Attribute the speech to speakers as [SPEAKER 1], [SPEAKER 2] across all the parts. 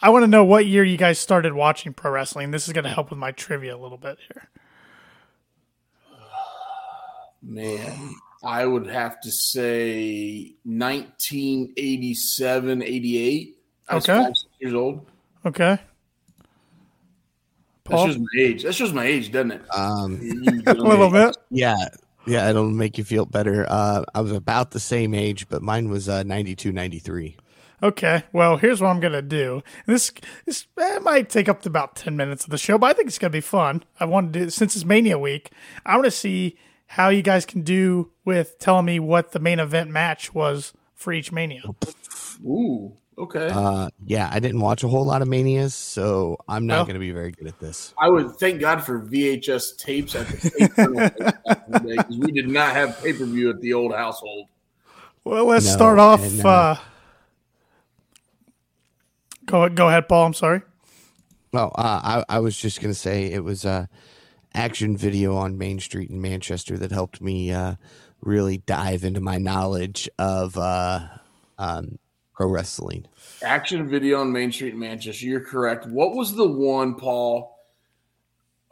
[SPEAKER 1] I want to know what year you guys started watching pro wrestling. This is going to help with my trivia a little bit here.
[SPEAKER 2] Man, I would have to say 1987, 88. I was
[SPEAKER 1] Okay.
[SPEAKER 2] five, six years old.
[SPEAKER 1] Okay.
[SPEAKER 2] That's
[SPEAKER 1] Paul?
[SPEAKER 2] just my age. That's just my age, doesn't it?
[SPEAKER 3] Um,
[SPEAKER 1] A little bit.
[SPEAKER 3] yeah, yeah, it'll make you feel better. Uh, I was about the same age, but mine was uh, 92, 93.
[SPEAKER 1] Okay. Well, here's what I'm gonna do. This this eh, might take up to about ten minutes of the show, but I think it's gonna be fun. I want to do since it's Mania week. I want to see how you guys can do with telling me what the main event match was for each Mania.
[SPEAKER 2] Ooh, okay.
[SPEAKER 3] Uh, yeah, I didn't watch a whole lot of Manias, so I'm not
[SPEAKER 1] Well.
[SPEAKER 3] going to be very good at this.
[SPEAKER 2] I would thank God for VHS tapes at the tape rental place because we did not have pay per view at the old household.
[SPEAKER 1] Well, let's
[SPEAKER 3] No,
[SPEAKER 1] start off.
[SPEAKER 3] and, uh,
[SPEAKER 1] uh, go go ahead, Paul. I'm sorry.
[SPEAKER 3] Well, uh, I, I was just going to say it was uh, action video on Main Street in Manchester that helped me uh, really dive into my knowledge of uh, um, pro wrestling.
[SPEAKER 2] Action video on Main Street in Manchester. You're correct. What was the one, Paul,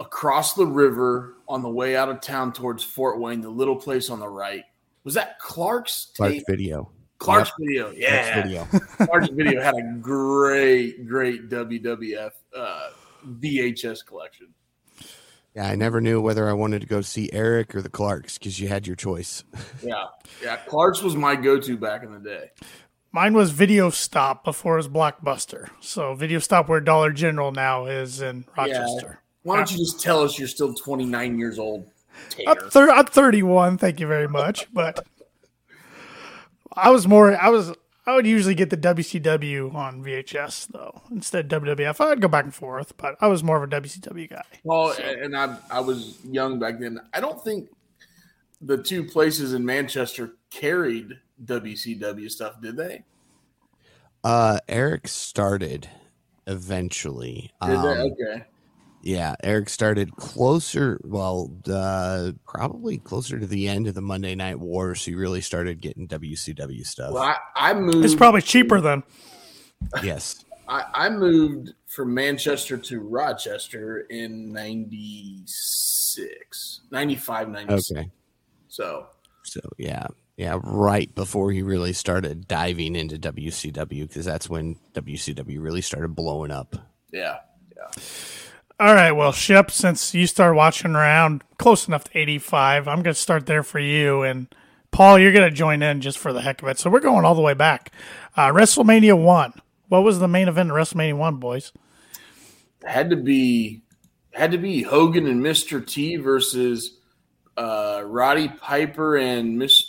[SPEAKER 2] across the river on the way out of town towards Fort Wayne, the little place on the right? Was that Clark's
[SPEAKER 3] Clark's
[SPEAKER 2] tape?
[SPEAKER 3] video.
[SPEAKER 2] Clark's video.
[SPEAKER 3] Clark's
[SPEAKER 2] Yeah.
[SPEAKER 3] video.
[SPEAKER 2] Clark's video had a great, great WWF uh, VHS collection.
[SPEAKER 3] Yeah, I never knew whether I wanted to go see Eric or the Clarks because you had your choice.
[SPEAKER 2] Yeah. Yeah. Clark's was my go to back in the day.
[SPEAKER 1] Mine was Video Stop before it was Blockbuster. So Video Stop, where Dollar General now is in Rochester.
[SPEAKER 2] Why don't you just tell us you're still 29 years old?
[SPEAKER 1] I'm,
[SPEAKER 2] Tater?
[SPEAKER 1] thir- I'm 31. Thank you very much. But I was more, I was, I would usually get the WCW on VHS though, instead of WWF. I'd go back and forth, but I was more of a WCW guy.
[SPEAKER 2] Well, and I I was young back then. I don't think the two places in Manchester carried WCW stuff, did they?
[SPEAKER 3] Uh, Eric started eventually.
[SPEAKER 2] Did
[SPEAKER 3] Um,
[SPEAKER 2] they? Okay.
[SPEAKER 3] Yeah, Eric started closer. Well, uh, probably closer to the end of the Monday Night War, so you really started getting WCW stuff.
[SPEAKER 2] Well, I, I moved.
[SPEAKER 1] It's probably cheaper than
[SPEAKER 3] Yes,
[SPEAKER 2] I, I moved from Manchester to Rochester in 96, 95, 96.
[SPEAKER 3] okay.
[SPEAKER 2] So,
[SPEAKER 3] So yeah, yeah, right before he really started diving into WCW, because that's when WCW really started blowing up.
[SPEAKER 2] yeah.
[SPEAKER 1] All right, well, Ship, since you start watching around close enough to 85, I'm going to start there for you. And Paul, you're going to join in just for the heck of it. So we're going all the way back. Uh, WrestleMania 1. What was the main event of WrestleMania 1, boys?
[SPEAKER 2] had to be had to be Hogan and Mr. T versus uh, Roddy Piper and Mr.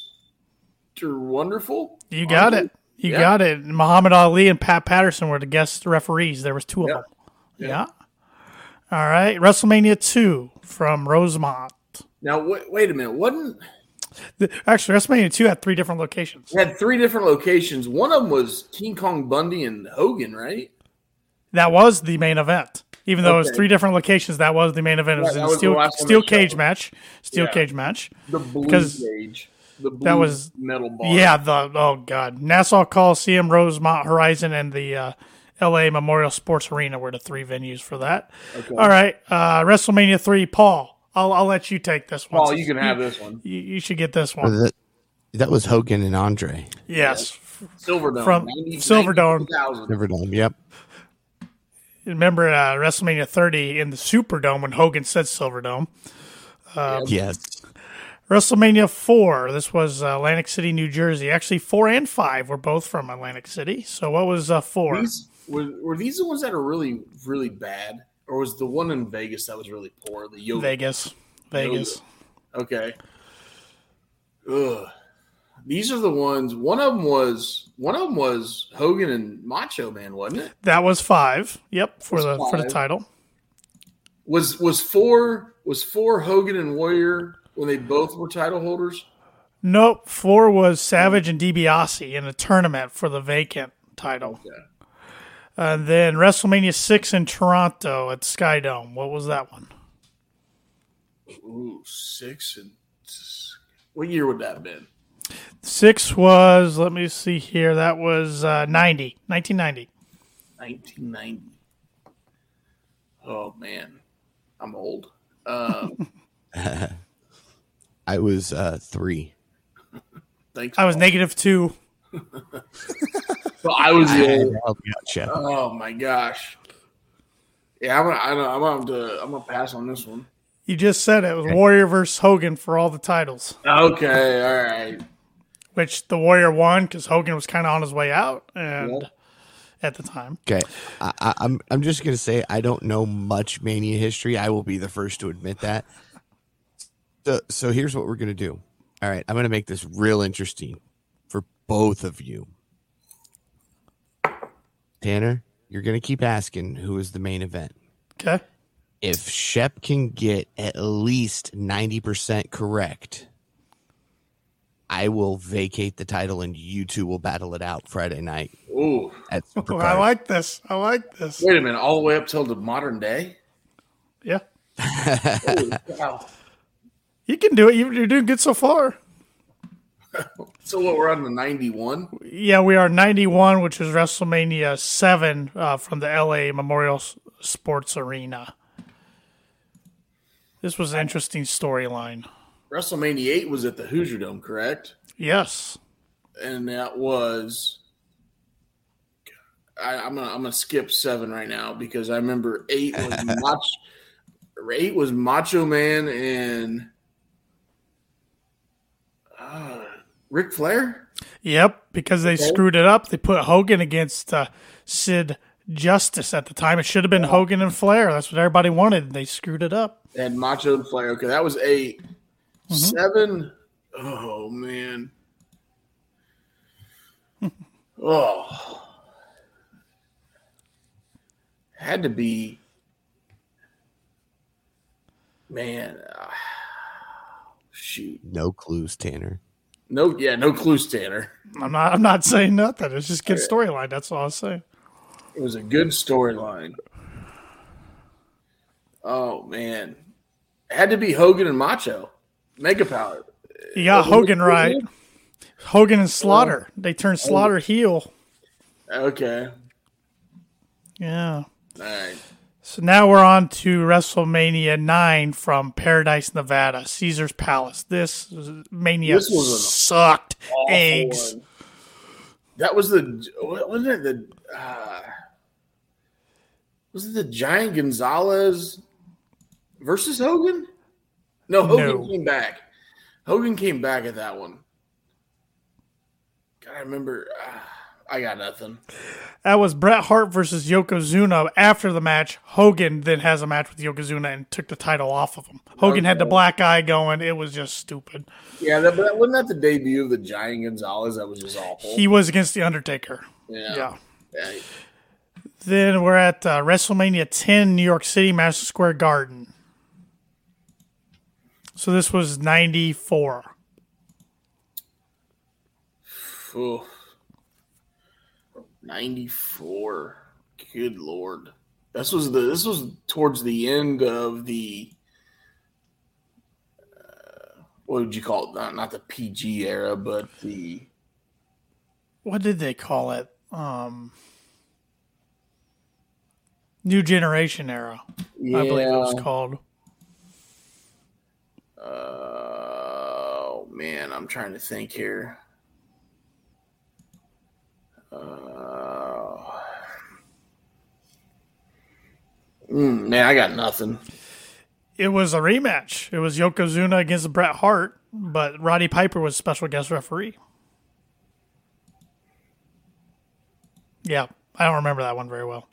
[SPEAKER 2] Wonderful.
[SPEAKER 1] You got it. You
[SPEAKER 2] Yeah.
[SPEAKER 1] got it. Muhammad Ali and Pat Patterson were the guest referees. There was two of
[SPEAKER 2] Yeah.
[SPEAKER 1] them. Yeah. All right. WrestleMania 2 from Rosemont.
[SPEAKER 2] Now wait, wait a minute. Wasn't
[SPEAKER 1] The- Actually, WrestleMania 2 had three different locations.
[SPEAKER 2] it had three different locations. One of them was King Kong Bundy and Hogan, right?
[SPEAKER 1] That was the main event. Even though it was
[SPEAKER 2] Okay.
[SPEAKER 1] three different locations, that was the main event. It
[SPEAKER 2] Right,
[SPEAKER 1] was
[SPEAKER 2] that
[SPEAKER 1] in
[SPEAKER 2] was the
[SPEAKER 1] steel,
[SPEAKER 2] last one
[SPEAKER 1] steel
[SPEAKER 2] they showed.
[SPEAKER 1] cage match. Steel
[SPEAKER 2] Yeah.
[SPEAKER 1] cage match.
[SPEAKER 2] The blue
[SPEAKER 1] Because
[SPEAKER 2] cage. The blue
[SPEAKER 1] that was-
[SPEAKER 2] metal bar.
[SPEAKER 1] Yeah, the oh god, Nassau Coliseum, Rosemont Horizon, and the uh, L.A. Memorial Sports Arena were the three venues for that. All right, uh, WrestleMania three, Paul. I'll I'll let you take this one.
[SPEAKER 2] Paul, you can have this one.
[SPEAKER 1] You, you should get this
[SPEAKER 3] Or
[SPEAKER 1] one.
[SPEAKER 3] That, that was Hogan and Andre.
[SPEAKER 1] Yes,
[SPEAKER 2] Silverdome.
[SPEAKER 1] From
[SPEAKER 2] 90
[SPEAKER 1] Silverdome.
[SPEAKER 2] 92,000.
[SPEAKER 3] Never done. Yep.
[SPEAKER 1] remember uh, WrestleMania thirty in the Superdome when Hogan said Silverdome.
[SPEAKER 3] Yes.
[SPEAKER 1] WrestleMania 4. This was uh, Atlantic City, New Jersey. Actually, 4 and 5 were both from Atlantic City. So what was uh, 4?
[SPEAKER 2] These were, were these the ones that are really really bad, or was the one in Vegas that was really poor? The yoga.
[SPEAKER 1] Vegas. Vegas.
[SPEAKER 2] Okay. Ugh. These are the ones. One of them was one of them was Hogan and Macho Man, wasn't it?
[SPEAKER 1] That was 5. Yep, for the for the
[SPEAKER 2] five.
[SPEAKER 1] title.
[SPEAKER 2] Was was four was four Hogan and Warrior when they both were title holders?
[SPEAKER 1] Nope, 4 was Savage and DiBiase in a tournament for the vacant title.
[SPEAKER 2] Okay.
[SPEAKER 1] And then WrestleMania 6 in Toronto at Skydome. What was that one?
[SPEAKER 2] Ooh, six and what year would that have been?
[SPEAKER 1] 6 was, let me see here, that was uh, 90, 1990.
[SPEAKER 2] 1990. Oh man, I'm old. Uh,
[SPEAKER 3] I was uh, three.
[SPEAKER 2] thanks.
[SPEAKER 1] I was negative two.
[SPEAKER 2] Well, I was
[SPEAKER 3] I
[SPEAKER 2] the
[SPEAKER 3] had
[SPEAKER 2] old.
[SPEAKER 3] to help you out, Shep.
[SPEAKER 2] Oh my gosh. Yeah, I'm gonna, I don't, I'm gonna, have to, I'm gonna pass on this one.
[SPEAKER 1] You just said it was Warrior versus Hogan for all the titles,
[SPEAKER 2] Okay, all right.
[SPEAKER 1] which the Warrior won because Hogan was kind of on his way out and
[SPEAKER 2] Yep.
[SPEAKER 1] at the time.
[SPEAKER 3] Okay, I, I, I'm I'm just gonna say I don't know much Mania history. I will be the first to admit that. So so here's what we're gonna do. All right, I'm gonna make this real interesting for both of you. Tanner, you're gonna keep asking who is the main event.
[SPEAKER 1] Okay.
[SPEAKER 3] If Shep can get at least ninety percent correct, I will vacate the title and you two will battle it out Friday night
[SPEAKER 2] Ooh,
[SPEAKER 3] at
[SPEAKER 1] Well, I
[SPEAKER 3] Supercard.
[SPEAKER 1] like this. I like this.
[SPEAKER 2] wait a minute. All the way up till the modern day.
[SPEAKER 1] Yeah.
[SPEAKER 2] Holy cow.
[SPEAKER 1] You can do it. You- You're doing good so far.
[SPEAKER 2] So what? We're on the 91.
[SPEAKER 1] Yeah, we are 91, which is WrestleMania 7 uh, from the LA Memorial S- Sports Arena. This was an interesting storyline.
[SPEAKER 2] WrestleMania 8 was at the Hoosier Dome, correct?
[SPEAKER 1] Yes.
[SPEAKER 2] and that was I, I'm gonna I'm gonna skip seven right now because I remember eight was Mach, eight was Macho Man and uh, Ric Flair.
[SPEAKER 1] Yep, because they screwed it up. They put Hogan against uh, Sid Justice at the time. It should have been Hogan and Flair. That's what everybody wanted. They screwed it up.
[SPEAKER 2] They had Macho and Flair. Okay, that was 8 Seven. Oh man. oh. Had to be. Man. ah, shoot.
[SPEAKER 3] no clues, Tanner.
[SPEAKER 2] No. Yeah. No clues, Tanner.
[SPEAKER 1] I'm not. I'm not saying nothing. It's just good storyline. That's all I was saying.
[SPEAKER 2] It was a good storyline. Oh man. Had to be Hogan and Macho. Mega Power.
[SPEAKER 1] You got Hogan right. Hogan and Slaughter. They turned
[SPEAKER 2] Oh.
[SPEAKER 1] Slaughter heel.
[SPEAKER 2] Okay.
[SPEAKER 1] Yeah.
[SPEAKER 2] All right.
[SPEAKER 1] So now we're on to WrestleMania 9 from Paradise, Nevada, Caesar's Palace. This Mania
[SPEAKER 2] This was an
[SPEAKER 1] sucked
[SPEAKER 2] awful
[SPEAKER 1] eggs.
[SPEAKER 2] one. That was the wasn't it the uh, was it the giant Gonzalez versus Hogan? No, Hogan
[SPEAKER 1] No.
[SPEAKER 2] came back. Hogan came back at that one. God, I remember. Uh, I got nothing.
[SPEAKER 1] That was Bret Hart versus Yokozuna. After the match, Hogan then has a match with Yokozuna and took the title off of him. Hogan had the
[SPEAKER 2] Okay.
[SPEAKER 1] black eye going. It was just stupid.
[SPEAKER 2] Yeah, that, but that, wasn't that the debut of the giant Gonzalez? That was just awful.
[SPEAKER 1] He was against The Undertaker.
[SPEAKER 2] yeah.
[SPEAKER 1] Yeah.
[SPEAKER 2] Yeah.
[SPEAKER 1] Then we're at uh, WrestleMania 10, New York City, Madison Square Garden. So this was 94.
[SPEAKER 2] Oof. 94. Good lord. This was the this was towards the end of the uh, what would you call it? Not, not the PG era, but the
[SPEAKER 1] what did they call it? Um, New Generation era,
[SPEAKER 2] yeah.
[SPEAKER 1] I believe it was called.
[SPEAKER 2] Oh man, I'm trying to think here. Uh, mm, man, I got nothing.
[SPEAKER 1] It was a rematch. It was Yokozuna against Bret Hart, but Roddy Piper was special guest referee. Yeah, I don't remember that one very well.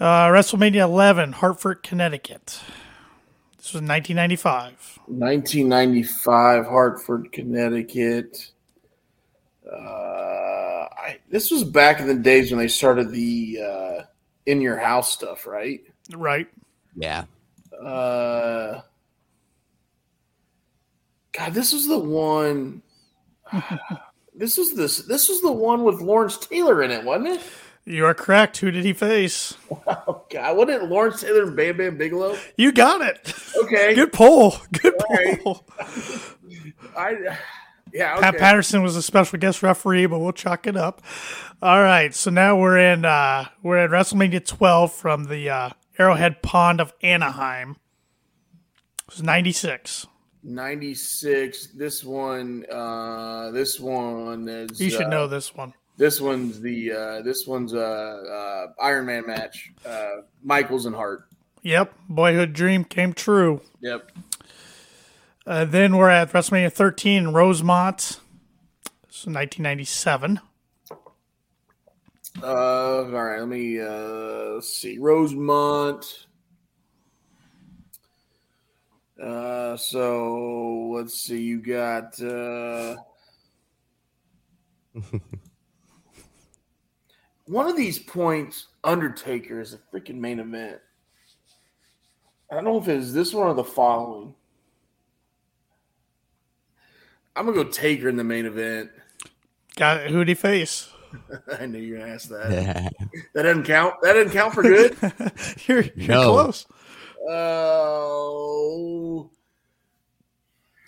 [SPEAKER 1] Uh, WrestleMania 11, Hartford, Connecticut. This was 1995.
[SPEAKER 2] 1995 Hartford, Connecticut. Uh, I, this was back in the days when they started the uh, in your house stuff, right?
[SPEAKER 1] Right.
[SPEAKER 3] Yeah.
[SPEAKER 2] Uh, God, this was the one. this was this. This was the one with Lawrence Taylor in it, wasn't it?
[SPEAKER 1] You are correct. Who did he face?
[SPEAKER 2] Oh God, wasn't it Lawrence Taylor and Bam Bam Bigelow?
[SPEAKER 1] You got it.
[SPEAKER 2] Okay,
[SPEAKER 1] Good poll. Good
[SPEAKER 2] All right.
[SPEAKER 1] poll.
[SPEAKER 2] I Yeah.
[SPEAKER 1] Pat
[SPEAKER 2] okay.
[SPEAKER 1] Patterson was a special guest referee, but we'll chalk it up. All right, so now we're in uh, we're at WrestleMania 12 from the uh, Arrowhead Pond of Anaheim. It was 96.
[SPEAKER 2] 96. This one, uh, this one is.
[SPEAKER 1] You should
[SPEAKER 2] uh,
[SPEAKER 1] know this one.
[SPEAKER 2] This one's the uh, this one's uh, uh, Iron Man match. Uh, Michaels and Hart.
[SPEAKER 1] Yep, boyhood dream came true.
[SPEAKER 2] Yep.
[SPEAKER 1] Uh, then we're at WrestleMania 13 in Rosemont. So 1997.
[SPEAKER 2] Uh, all right. Let me uh, let's see. Rosemont. Uh, so let's see. You got. Uh, one of these points, Undertaker is a freaking main event. I don't know if it's this one or the following. I'm gonna go Taker in the main event.
[SPEAKER 1] Got it. Who'd he face?
[SPEAKER 2] I knew you were gonna ask that.
[SPEAKER 3] Yeah.
[SPEAKER 2] That doesn't count. That doesn't count for good.
[SPEAKER 1] you're you're
[SPEAKER 3] No.
[SPEAKER 1] close.
[SPEAKER 2] Oh,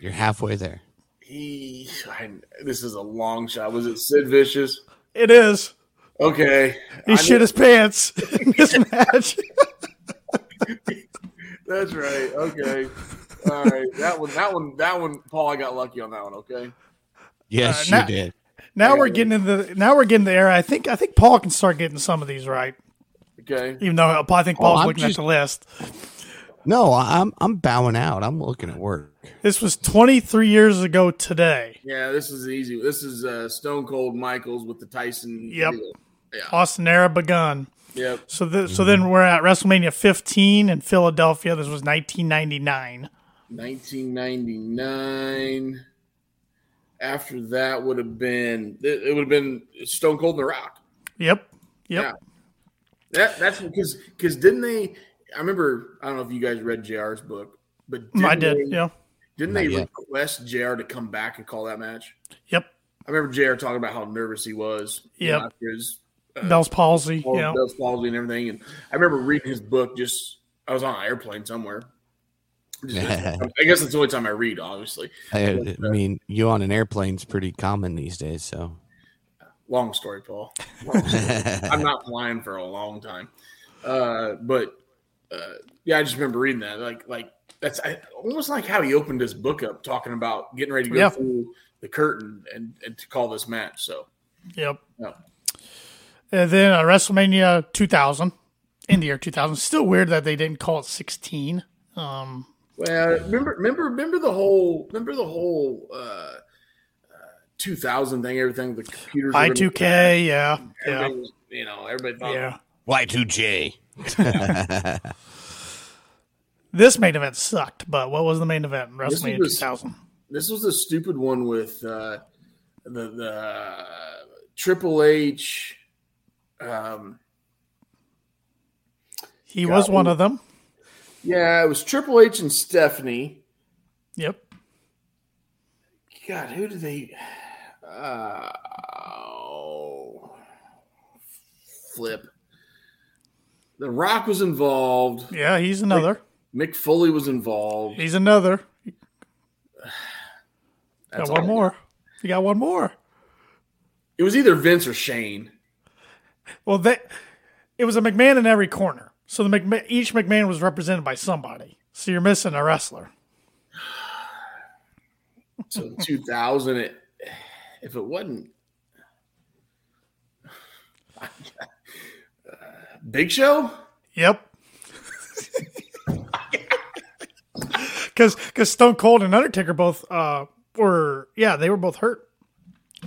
[SPEAKER 3] You're halfway there.
[SPEAKER 2] he. I, this is a long shot. Was it Sid Vicious?
[SPEAKER 1] It is.
[SPEAKER 2] Okay,
[SPEAKER 1] He
[SPEAKER 2] I
[SPEAKER 1] shit his pants in this match.
[SPEAKER 2] knew- that's right. Okay, all right. That one. That one. That one. Paul, I got lucky on that one. Okay.
[SPEAKER 1] Uh,
[SPEAKER 3] Yes,
[SPEAKER 1] not-
[SPEAKER 3] you did.
[SPEAKER 1] Now we're getting in the now we're getting the era. I think I think Paul can start getting some of these right,
[SPEAKER 2] Okay.
[SPEAKER 1] even though I think Paul's
[SPEAKER 3] I'm
[SPEAKER 1] looking
[SPEAKER 3] just-
[SPEAKER 1] at the list.
[SPEAKER 3] No, I'm I'm bowing out. I'm looking at work.
[SPEAKER 1] This was 23 years ago today.
[SPEAKER 2] Yeah, this is easy. This is uh, Stone Cold Michaels with the Tyson.
[SPEAKER 1] Yep.
[SPEAKER 2] deal.
[SPEAKER 1] Austin era begun.
[SPEAKER 2] Yep.
[SPEAKER 1] So the, so then we're at WrestleMania 15 in Philadelphia. This was 1999.
[SPEAKER 2] 1999. After that would have been it it would have been Stone Cold and The Rock.
[SPEAKER 1] Yep. Yep.
[SPEAKER 2] Yeah. That that's because because didn't they? I remember I don't know if you guys read Jr's book, but didn't
[SPEAKER 1] Mm, I did.
[SPEAKER 2] They,
[SPEAKER 1] Yeah.
[SPEAKER 2] Didn't they
[SPEAKER 3] Not yet.
[SPEAKER 2] request Jr to come back and call that match?
[SPEAKER 1] Yep.
[SPEAKER 2] I remember Jr talking about how nervous he was. you
[SPEAKER 1] Yep.
[SPEAKER 2] know, after his
[SPEAKER 1] Bell's palsy.
[SPEAKER 2] whole
[SPEAKER 1] yeah.
[SPEAKER 2] Bell's palsy and everything, and I remember reading his book. Just I was on an airplane somewhere. Just- I guess it's the only time I read, obviously.
[SPEAKER 3] I, I mean, you on an airplane's pretty common these days. So
[SPEAKER 2] Long story, Paul. Long story. I'm not flying for a long time. Uh, but uh, yeah, I just remember reading that. Like, like that's I, almost like how he opened his book up, talking about getting ready to go
[SPEAKER 1] Yeah.
[SPEAKER 2] through the curtain and, and to call this match. So
[SPEAKER 1] Yep.
[SPEAKER 2] no.
[SPEAKER 1] And then uh, WrestleMania 2000 in the year 2000. Still weird that they didn't call it 16. Um,
[SPEAKER 2] Well, remember, remember, remember the whole, remember the whole uh, uh, 2000 thing, everything. The computers, were gonna-
[SPEAKER 1] I2K. Yeah. Yeah.
[SPEAKER 2] everybody was- You know, everybody thought
[SPEAKER 1] Yeah.
[SPEAKER 3] Y two J.
[SPEAKER 1] This main event sucked, but what was the main event in
[SPEAKER 2] This
[SPEAKER 1] WrestleMania
[SPEAKER 2] was-
[SPEAKER 1] 2000?
[SPEAKER 2] this was the stupid one with uh, the the uh, Triple H. Um,
[SPEAKER 1] He was one of them.
[SPEAKER 2] Yeah, it was Triple H and Stephanie.
[SPEAKER 1] Yep.
[SPEAKER 2] God, who did they? Uh, oh, flip. The Rock was involved.
[SPEAKER 1] Yeah, he's another.
[SPEAKER 2] Mick Foley was involved.
[SPEAKER 1] He's another.
[SPEAKER 2] That's
[SPEAKER 1] got one
[SPEAKER 2] all.
[SPEAKER 1] more. You got one more.
[SPEAKER 2] It was either Vince or Shane.
[SPEAKER 1] Well, that it was a McMahon in every corner. So the McMahon, each McMahon was represented by somebody. So you're missing a wrestler.
[SPEAKER 2] So in 2000, it, if it wasn't Big Show,
[SPEAKER 1] Yep. Because Stone Cold and Undertaker both uh, were yeah they were both hurt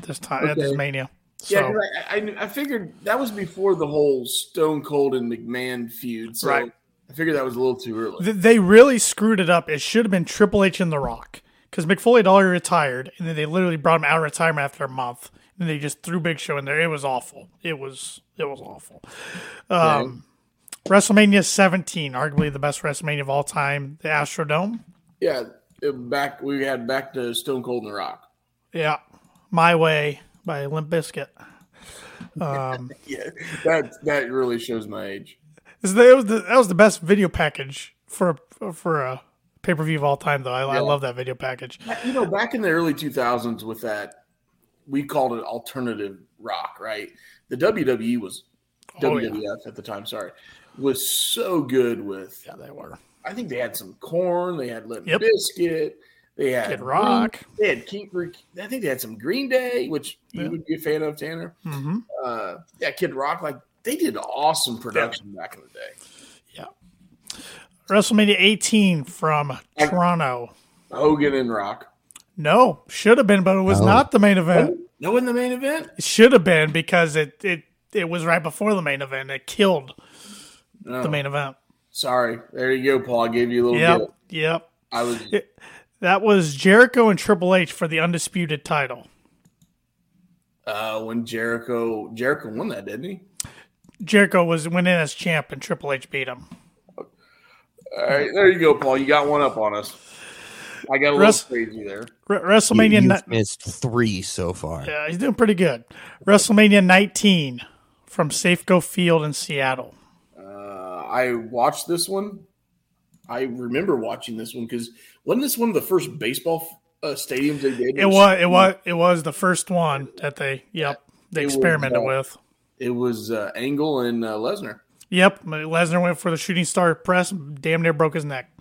[SPEAKER 1] this time at this
[SPEAKER 2] Okay.
[SPEAKER 1] Mania. So
[SPEAKER 2] yeah, 'cause I, I, knew- I figured that was before the whole Stone Cold and McMahon feud. So
[SPEAKER 1] Right.
[SPEAKER 2] I figured that was a little too early.
[SPEAKER 1] th- they really screwed it up. It should have been Triple H and The Rock because McFoley had already retired, and then they literally brought him out of retirement after a month, and they just threw Big Show in there. It was awful. It was it was awful. Um, WrestleMania 17, arguably the best WrestleMania of all time, the Astrodome.
[SPEAKER 2] Yeah, it- back we had back to Stone Cold and The Rock.
[SPEAKER 1] Yeah, My Way by Limp Bizkit.
[SPEAKER 2] Yeah, that that really shows my age.
[SPEAKER 1] This- That was the, that was the best video package for for a pay per view of all time, though. I, I
[SPEAKER 2] Yeah.
[SPEAKER 1] love that video package.
[SPEAKER 2] You know, back in the early 2000s with that, we called it alternative rock, right? The WWE was,
[SPEAKER 1] Oh, yeah.
[SPEAKER 2] WWF at the time, sorry, was so good with,
[SPEAKER 1] Yeah, they were.
[SPEAKER 2] I think they had some corn, they had Limp
[SPEAKER 1] Yep.
[SPEAKER 2] Biscuit, they had
[SPEAKER 1] Kid Rock.
[SPEAKER 2] Green- they had Keith, I think they had some Green Day, which
[SPEAKER 1] Yeah.
[SPEAKER 2] you would be a fan of, Tanner.
[SPEAKER 1] hmm
[SPEAKER 2] Uh, yeah, Kid Rock, like they did awesome production back in the day.
[SPEAKER 1] WrestleMania 18 from
[SPEAKER 2] I-
[SPEAKER 1] Toronto.
[SPEAKER 2] Hogan and Rock.
[SPEAKER 1] No, should have been, but it was
[SPEAKER 3] No.
[SPEAKER 1] not the main event.
[SPEAKER 2] No, in the main event.
[SPEAKER 1] It should have been because it it it was right before the main event. It killed
[SPEAKER 2] No.
[SPEAKER 1] the main event.
[SPEAKER 2] Oh, Sorry, there you go, Paul. I gave you a little
[SPEAKER 1] Yep,
[SPEAKER 2] bit.
[SPEAKER 1] yep.
[SPEAKER 2] I was
[SPEAKER 1] That was Jericho and Triple H for the undisputed title.
[SPEAKER 2] uh, when Jericho Jericho won that, didn't he?
[SPEAKER 1] Jericho was went in as champ, and Triple H beat him.
[SPEAKER 2] All right, there you go, Paul. You got one up on us. I got a little
[SPEAKER 1] Russ-
[SPEAKER 2] crazy there.
[SPEAKER 1] Re-
[SPEAKER 3] You,
[SPEAKER 1] WrestleMania. ni-
[SPEAKER 3] you've missed three so far.
[SPEAKER 1] Yeah, he's doing pretty good. WrestleMania 19 from Safeco Field in Seattle.
[SPEAKER 2] Uh, I watched this one. I remember watching this one because wasn't this one of the first baseball uh, stadiums they did?
[SPEAKER 1] It was it was it was the first one that they yep they
[SPEAKER 2] It was,
[SPEAKER 1] experimented
[SPEAKER 2] uh,
[SPEAKER 1] with.
[SPEAKER 2] It was uh, Angle and uh, Lesnar.
[SPEAKER 1] Yep, Lesnar went for the shooting star press, damn near broke his neck.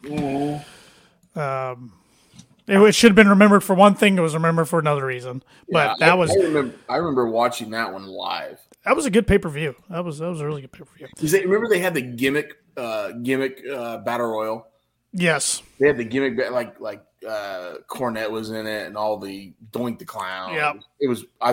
[SPEAKER 1] It, it should have been remembered for one thing; it was remembered for another reason. But
[SPEAKER 2] Yeah,
[SPEAKER 1] that
[SPEAKER 2] I-
[SPEAKER 1] was
[SPEAKER 2] I remember, I remember watching that one live.
[SPEAKER 1] that was a good pay per view. That was that was a really good pay per view.
[SPEAKER 2] 'Cause they remember they had the gimmick uh, gimmick uh, battle royal.
[SPEAKER 1] Yes,
[SPEAKER 2] They had the gimmick ba- like like uh, Cornette was in it and all the Doink the Clown.
[SPEAKER 1] Yep.
[SPEAKER 2] it was I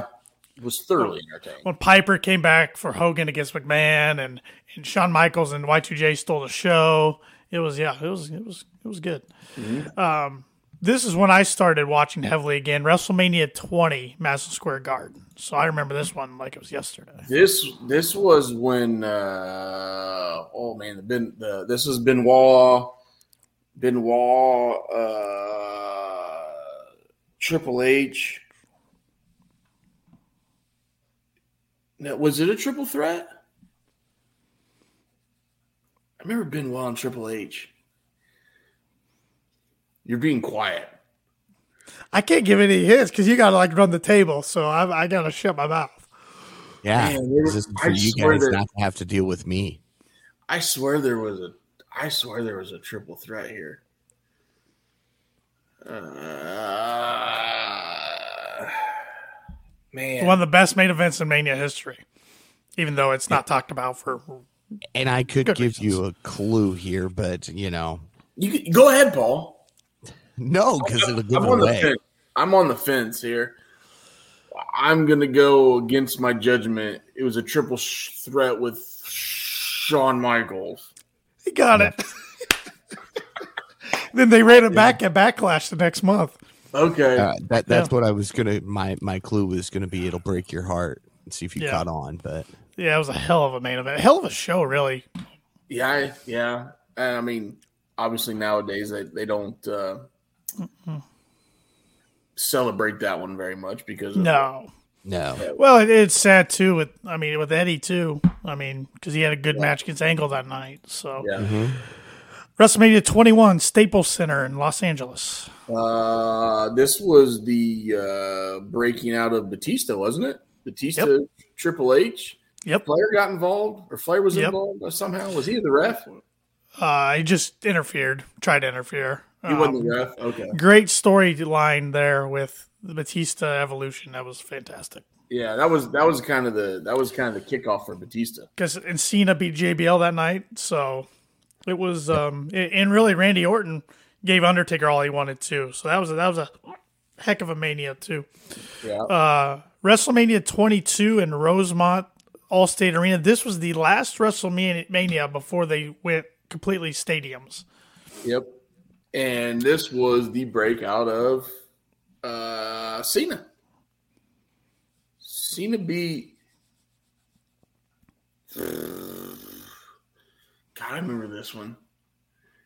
[SPEAKER 2] it was thoroughly entertaining.
[SPEAKER 1] when Piper came back for Hogan against McMahon and and Shawn Michaels and Y2J stole the show. It was yeah, it was it was it was good.
[SPEAKER 2] Mm-hmm.
[SPEAKER 1] Um, this is when I started watching heavily again. WrestleMania 20, Madison Square Garden. So I remember this one like it was yesterday.
[SPEAKER 2] This this was when uh, oh man the Ben the, this is Benoit Benoit uh, Triple H. Now, was it a triple threat? I remember Benoit and Triple H. You're being quiet.
[SPEAKER 1] I can't give any hints because you got to like run the table, so I, I got to shut my mouth.
[SPEAKER 3] Yeah,
[SPEAKER 2] Man, they were-
[SPEAKER 3] this is for
[SPEAKER 2] I
[SPEAKER 3] you
[SPEAKER 2] swear
[SPEAKER 3] guys
[SPEAKER 2] that-
[SPEAKER 3] not to have to deal with me.
[SPEAKER 2] I swear there was a I swear there was a triple threat here. Uh, man.
[SPEAKER 1] One of the best main events in Mania history, even though it's not talked about for.
[SPEAKER 3] And I could
[SPEAKER 1] Good
[SPEAKER 3] give
[SPEAKER 1] reasons.
[SPEAKER 3] you a clue here, but you know,
[SPEAKER 2] you can- go ahead, Paul.
[SPEAKER 3] no, because it'll give
[SPEAKER 2] I'm
[SPEAKER 3] it
[SPEAKER 2] on the
[SPEAKER 3] away.
[SPEAKER 2] fence. I'm on the fence here. I'm gonna go against my judgment. It was a triple sh- threat with Shawn Michaels.
[SPEAKER 1] He got it. then they ran it back at Backlash the next month.
[SPEAKER 2] Okay.
[SPEAKER 3] Uh, that that's what I was gonna. My my clue was gonna be it'll break your heart and see if you
[SPEAKER 1] Yeah.
[SPEAKER 3] caught on. But
[SPEAKER 1] Yeah, it was a hell of a main event. Hell of a show, really.
[SPEAKER 2] Yeah, I- yeah. And I mean, obviously nowadays they, they don't uh, celebrate that one very much because of-
[SPEAKER 1] No.
[SPEAKER 3] no,
[SPEAKER 1] Well, it, it's sad too. With I mean, with Eddie too. I mean, because he had a good match against Angle that night. So
[SPEAKER 2] Yeah.
[SPEAKER 1] WrestleMania 21, Staples Center in Los Angeles.
[SPEAKER 2] Uh, this was the uh, breaking out of Batista, wasn't it? Batista, Triple H,
[SPEAKER 1] Yep.
[SPEAKER 2] Flair got involved, or Flair was
[SPEAKER 1] Yep.
[SPEAKER 2] involved somehow. Was he the ref?
[SPEAKER 1] Uh, he just interfered, tried to interfere.
[SPEAKER 2] He wasn't
[SPEAKER 1] Um,
[SPEAKER 2] the ref. Okay.
[SPEAKER 1] great storyline there with the Batista Evolution. That was fantastic.
[SPEAKER 2] Yeah, that was that was kind of the that was kind of the kickoff for Batista.
[SPEAKER 1] because and Cena beat JBL that night, so it was um a- and really Randy Orton gave Undertaker all he wanted to, so that was a, that was a heck of a mania too.
[SPEAKER 2] Yeah.
[SPEAKER 1] Uh, WrestleMania 22 in Rosemont Allstate Arena. This was the last WrestleMania before they went completely stadiums.
[SPEAKER 2] Yep. And this was the breakout of uh Cena. Cena beat God, I remember this one.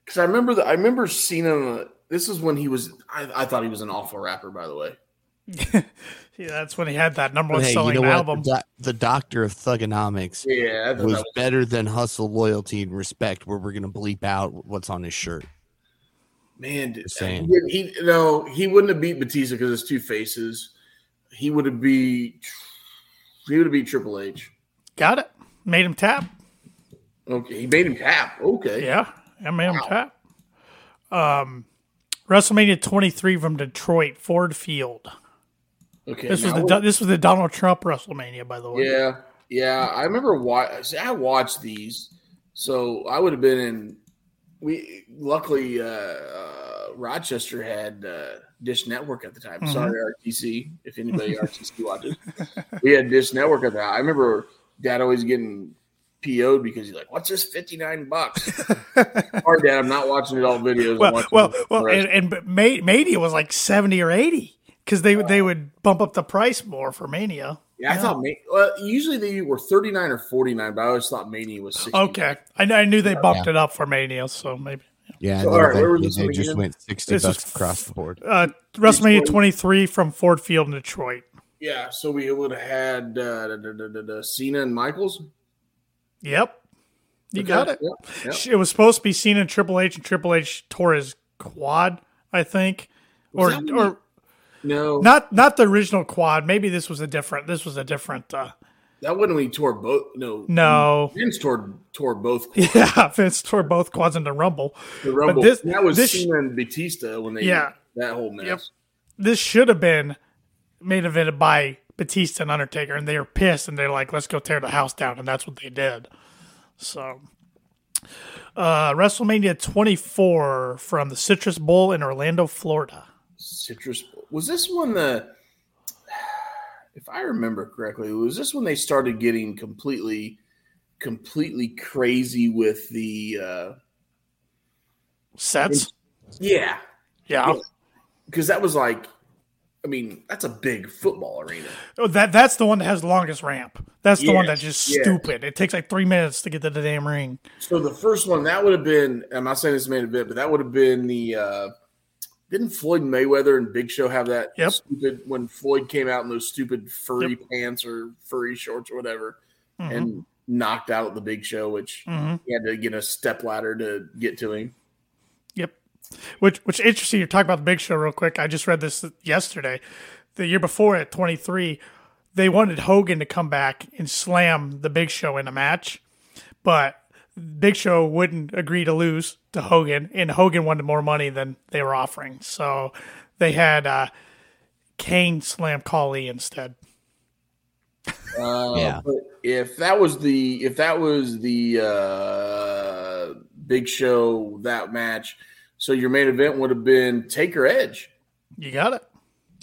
[SPEAKER 2] Cause I remember the I remember Cena this is when he was I, I thought he was an awful rapper, by the way.
[SPEAKER 1] Yeah, that's when he had that number
[SPEAKER 3] But
[SPEAKER 1] one
[SPEAKER 3] hey, you
[SPEAKER 1] selling
[SPEAKER 3] know
[SPEAKER 1] album.
[SPEAKER 3] what? The, doc- the doctor of thugonomics
[SPEAKER 2] Yeah, I thought
[SPEAKER 3] was
[SPEAKER 2] that was
[SPEAKER 3] better than hustle, loyalty, and respect. Where we're gonna bleep out what's on his shirt.
[SPEAKER 2] Man, did,
[SPEAKER 3] Just
[SPEAKER 2] he,
[SPEAKER 3] saying.
[SPEAKER 2] he- no, he wouldn't have beat Batista because it's two faces. He would have beat he would have beat Triple H.
[SPEAKER 1] Got it. Made him tap.
[SPEAKER 2] Okay, he made him tap. Okay,
[SPEAKER 1] Yeah, I made him tap. Um, WrestleMania 23 from Detroit, Ford Field.
[SPEAKER 2] okay.
[SPEAKER 1] This was
[SPEAKER 2] now
[SPEAKER 1] the
[SPEAKER 2] what-
[SPEAKER 1] this was the Donald Trump WrestleMania, by the way.
[SPEAKER 2] yeah, yeah. I remember why see, I watched these, so I would have been in. We luckily uh, uh, Rochester had uh, Dish Network at the
[SPEAKER 1] Mm-hmm.
[SPEAKER 2] time. Sorry, RTC, if anybody RTC watches, we had Dish Network at the time. I remember Dad always getting PO'd because he's like, "What's this fifty nine bucks?" Sorry, Dad, I'm not watching adult videos. I'm
[SPEAKER 1] Well,
[SPEAKER 2] watching
[SPEAKER 1] well,
[SPEAKER 2] the
[SPEAKER 1] well,
[SPEAKER 2] rest."
[SPEAKER 1] and, and but Ma- Mania was like 70 or 80 because they they would bump up the price more for Mania.
[SPEAKER 2] Yeah, I thought Ma- well, usually they were 39 or 49, but I always thought Mania was 60.
[SPEAKER 1] Okay, I, kn- I knew they bumped it up for Mania, so maybe
[SPEAKER 3] Yeah,
[SPEAKER 2] So,
[SPEAKER 3] and then
[SPEAKER 2] all right, where was this
[SPEAKER 3] eventually they
[SPEAKER 2] one
[SPEAKER 3] just
[SPEAKER 2] again?
[SPEAKER 3] went sixty
[SPEAKER 1] This is
[SPEAKER 3] bucks across the board.
[SPEAKER 1] uh, WrestleMania 23 from Ford Field in Detroit.
[SPEAKER 2] Yeah, so we would have had uh, da, da, da, da, da, Cena and Michaels.
[SPEAKER 1] Yep, you got it.
[SPEAKER 2] Yep, yep.
[SPEAKER 1] It was supposed to be seen in Triple H, and Triple H tore his quad, I think, or
[SPEAKER 2] that when
[SPEAKER 1] or
[SPEAKER 2] No,
[SPEAKER 1] not not the original quad. Maybe this was a different. This was a different. Uh,
[SPEAKER 2] that wasn't when we tore both. No,
[SPEAKER 1] no,
[SPEAKER 2] Vince tore, tore both
[SPEAKER 1] yeah, Vince tore both quads in the Rumble.
[SPEAKER 2] the Rumble.
[SPEAKER 1] this-
[SPEAKER 2] that was
[SPEAKER 1] this-
[SPEAKER 2] Cena and Batista when they
[SPEAKER 1] Yeah.
[SPEAKER 2] that whole mess.
[SPEAKER 1] Yep. This should have been made evented by Batista and Undertaker, and they were pissed, and they're like, "Let's go tear the house down," and that's what they did. So, uh, WrestleMania 24 from the Citrus Bowl in Orlando, Florida.
[SPEAKER 2] Citrus was this one the if I remember correctly, was this when they started getting completely completely crazy with the uh
[SPEAKER 1] Sets,
[SPEAKER 2] yeah,
[SPEAKER 1] yeah.
[SPEAKER 2] because that was like, I mean, that's a big football arena.
[SPEAKER 1] Oh, that that's the one that has the longest ramp. That's the one that's
[SPEAKER 2] Yes,
[SPEAKER 1] just
[SPEAKER 2] yes.
[SPEAKER 1] stupid. It takes like three minutes to get to the damn ring.
[SPEAKER 2] So the first one that would have been, I'm not saying this made a bit, but that would have been the. Uh, didn't Floyd Mayweather and Big Show have that
[SPEAKER 1] Yep.
[SPEAKER 2] stupid when Floyd came out in those stupid furry pants or furry shorts or whatever, and knocked out the Big Show, which he had to get a step ladder to get to him.
[SPEAKER 1] Yep. Which which interesting. You're talking about the Big Show real quick. I just read this yesterday. The year before at 23, they wanted Hogan to come back and slam the Big Show in a match, but Big Show wouldn't agree to lose to Hogan, and Hogan wanted more money than they were offering. So they had uh, Kane slam Kali instead.
[SPEAKER 2] Uh,
[SPEAKER 3] Yeah.
[SPEAKER 2] But if that was the if that was the uh, Big Show that match, so your main event would have been Taker Edge.
[SPEAKER 1] You got it.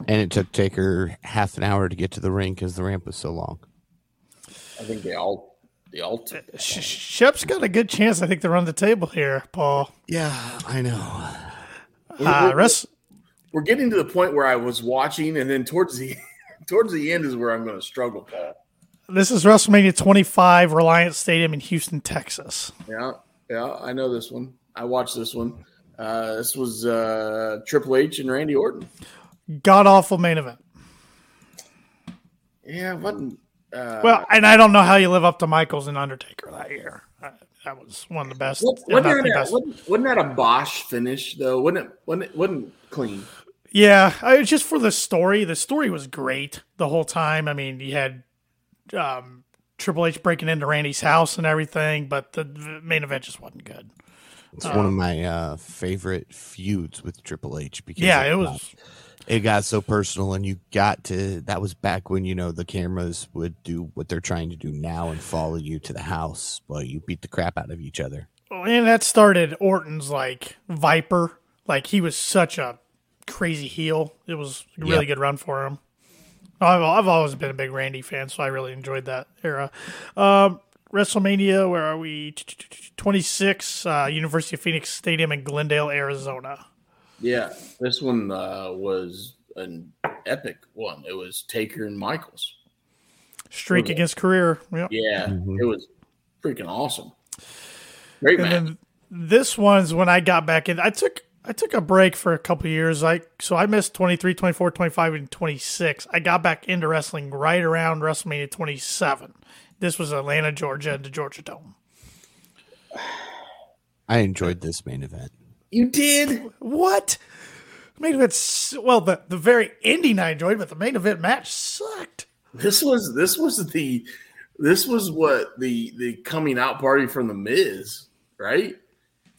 [SPEAKER 3] And it took Taker half an hour to get to the ring because the ramp was so long.
[SPEAKER 2] I think they all they all took that.
[SPEAKER 1] Sh- Shep's got a good chance, I think, to run the table here, Paul.
[SPEAKER 3] Yeah, I know.
[SPEAKER 1] Uh, rest,
[SPEAKER 2] We're getting to the point where I was watching, and then towards the towards the end is where I'm going to struggle.
[SPEAKER 1] this is WrestleMania 25, Reliance Stadium in Houston, Texas.
[SPEAKER 2] Yeah, yeah, I know this one. I watched this one. Uh, this was uh, Triple H and Randy Orton.
[SPEAKER 1] God awful main event.
[SPEAKER 2] Yeah, it wasn't uh,
[SPEAKER 1] Well, and I don't know how you live up to Michaels and Undertaker that year. Uh, That was one of the best.
[SPEAKER 2] What,
[SPEAKER 1] if not
[SPEAKER 2] wasn't, there
[SPEAKER 1] the
[SPEAKER 2] that,
[SPEAKER 1] best.
[SPEAKER 2] wasn't, wasn't that a Bosch finish though? Wasn't it? Wasn't it? Wasn't clean?
[SPEAKER 1] Yeah, I, it's just for the story. The story was great the whole time. I mean, you had um, Triple H breaking into Randy's house and everything, but the, the main event just wasn't good.
[SPEAKER 3] It's one of my uh, favorite feuds with Triple H because
[SPEAKER 1] Yeah, it was.
[SPEAKER 3] it got so personal and you got to that was back when you know the cameras would do what they're trying to do now and follow you to the house while you beat the crap out of each other
[SPEAKER 1] Well, and that started Orton's like Viper. Like he was such a crazy heel. It was a really
[SPEAKER 3] Yep.
[SPEAKER 1] good run for him. I've, I've always been a big Randy fan, so I really enjoyed that era. Um, WrestleMania, where are we? 26, uh, University of Phoenix Stadium in Glendale, Arizona.
[SPEAKER 2] Yeah, this one uh, was an epic one. It was Taker and Michaels.
[SPEAKER 1] Streak against career. Yep.
[SPEAKER 2] Yeah, it was freaking awesome. Great
[SPEAKER 1] Mm-hmm. and
[SPEAKER 2] match.
[SPEAKER 1] then this one's when I got back in. I took I took a break for a couple of years. I so I missed 23, 24, 25 and 26. I got back into wrestling right around WrestleMania 27. This was Atlanta, Georgia, at the Georgia Dome.
[SPEAKER 3] i enjoyed this main event
[SPEAKER 2] You did?
[SPEAKER 1] What? Main event. s- Well, the the very ending I enjoyed, but the main event match sucked.
[SPEAKER 2] This was this was the this was what the the coming out party from the Miz, right?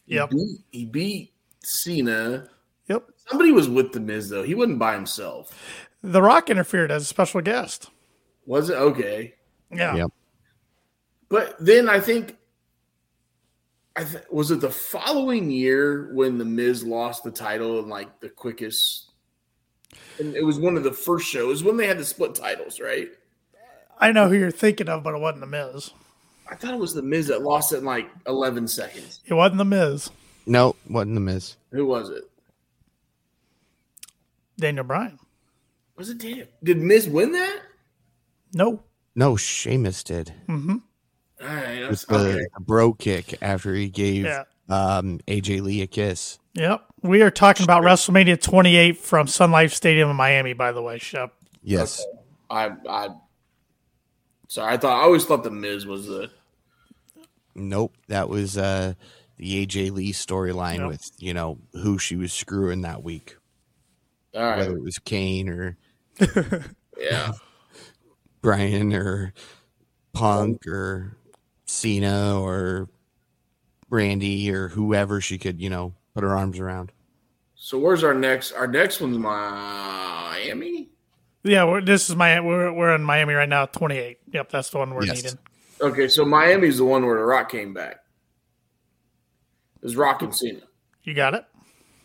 [SPEAKER 1] Yep.
[SPEAKER 2] He beat, he beat Cena.
[SPEAKER 1] Yep.
[SPEAKER 2] Somebody was with the Miz though. He wasn't by himself.
[SPEAKER 1] The Rock interfered as a special guest.
[SPEAKER 2] Was it okay?
[SPEAKER 1] Yeah.
[SPEAKER 3] Yep.
[SPEAKER 2] But then I think I th- was it the following year when the Miz lost the title in like the quickest and it was one of the first shows when they had to split titles, right?
[SPEAKER 1] I know who you're thinking of, but it wasn't the Miz.
[SPEAKER 2] I thought it was the Miz that lost it in like 11 seconds.
[SPEAKER 1] It wasn't the Miz.
[SPEAKER 3] No, wasn't the Miz.
[SPEAKER 2] Who was it?
[SPEAKER 1] Daniel Bryan.
[SPEAKER 2] Was it Daniel? Did Miz win that?
[SPEAKER 1] No.
[SPEAKER 3] No, Sheamus did.
[SPEAKER 2] All right,
[SPEAKER 3] With
[SPEAKER 2] that's,
[SPEAKER 3] the,
[SPEAKER 2] okay.
[SPEAKER 3] the bro kick after he gave
[SPEAKER 1] Yeah.
[SPEAKER 3] um, AJ Lee a kiss.
[SPEAKER 1] Yep. We are talking about WrestleMania 28 from Sun Life Stadium in Miami, by the way, Shep.
[SPEAKER 3] Yes.
[SPEAKER 2] I, I, sorry. I thought I always thought the Miz was the.
[SPEAKER 3] Nope. That was uh, the AJ Lee storyline
[SPEAKER 1] Yep.
[SPEAKER 3] with, you know, who she was screwing that week,
[SPEAKER 2] All right,
[SPEAKER 3] whether it was Kane or
[SPEAKER 2] yeah.
[SPEAKER 3] Brian or Punk or Cena or Randy or whoever she could, you know, put her arms around.
[SPEAKER 2] So where's our next? Our next one's Miami.
[SPEAKER 1] Yeah, we're, this is my we're, we're in Miami right now. 28. Yep, that's the one we're
[SPEAKER 3] Yes.
[SPEAKER 1] needing.
[SPEAKER 2] Okay, so Miami's the one where The Rock came back. It was Rock and Cena.
[SPEAKER 1] You got it.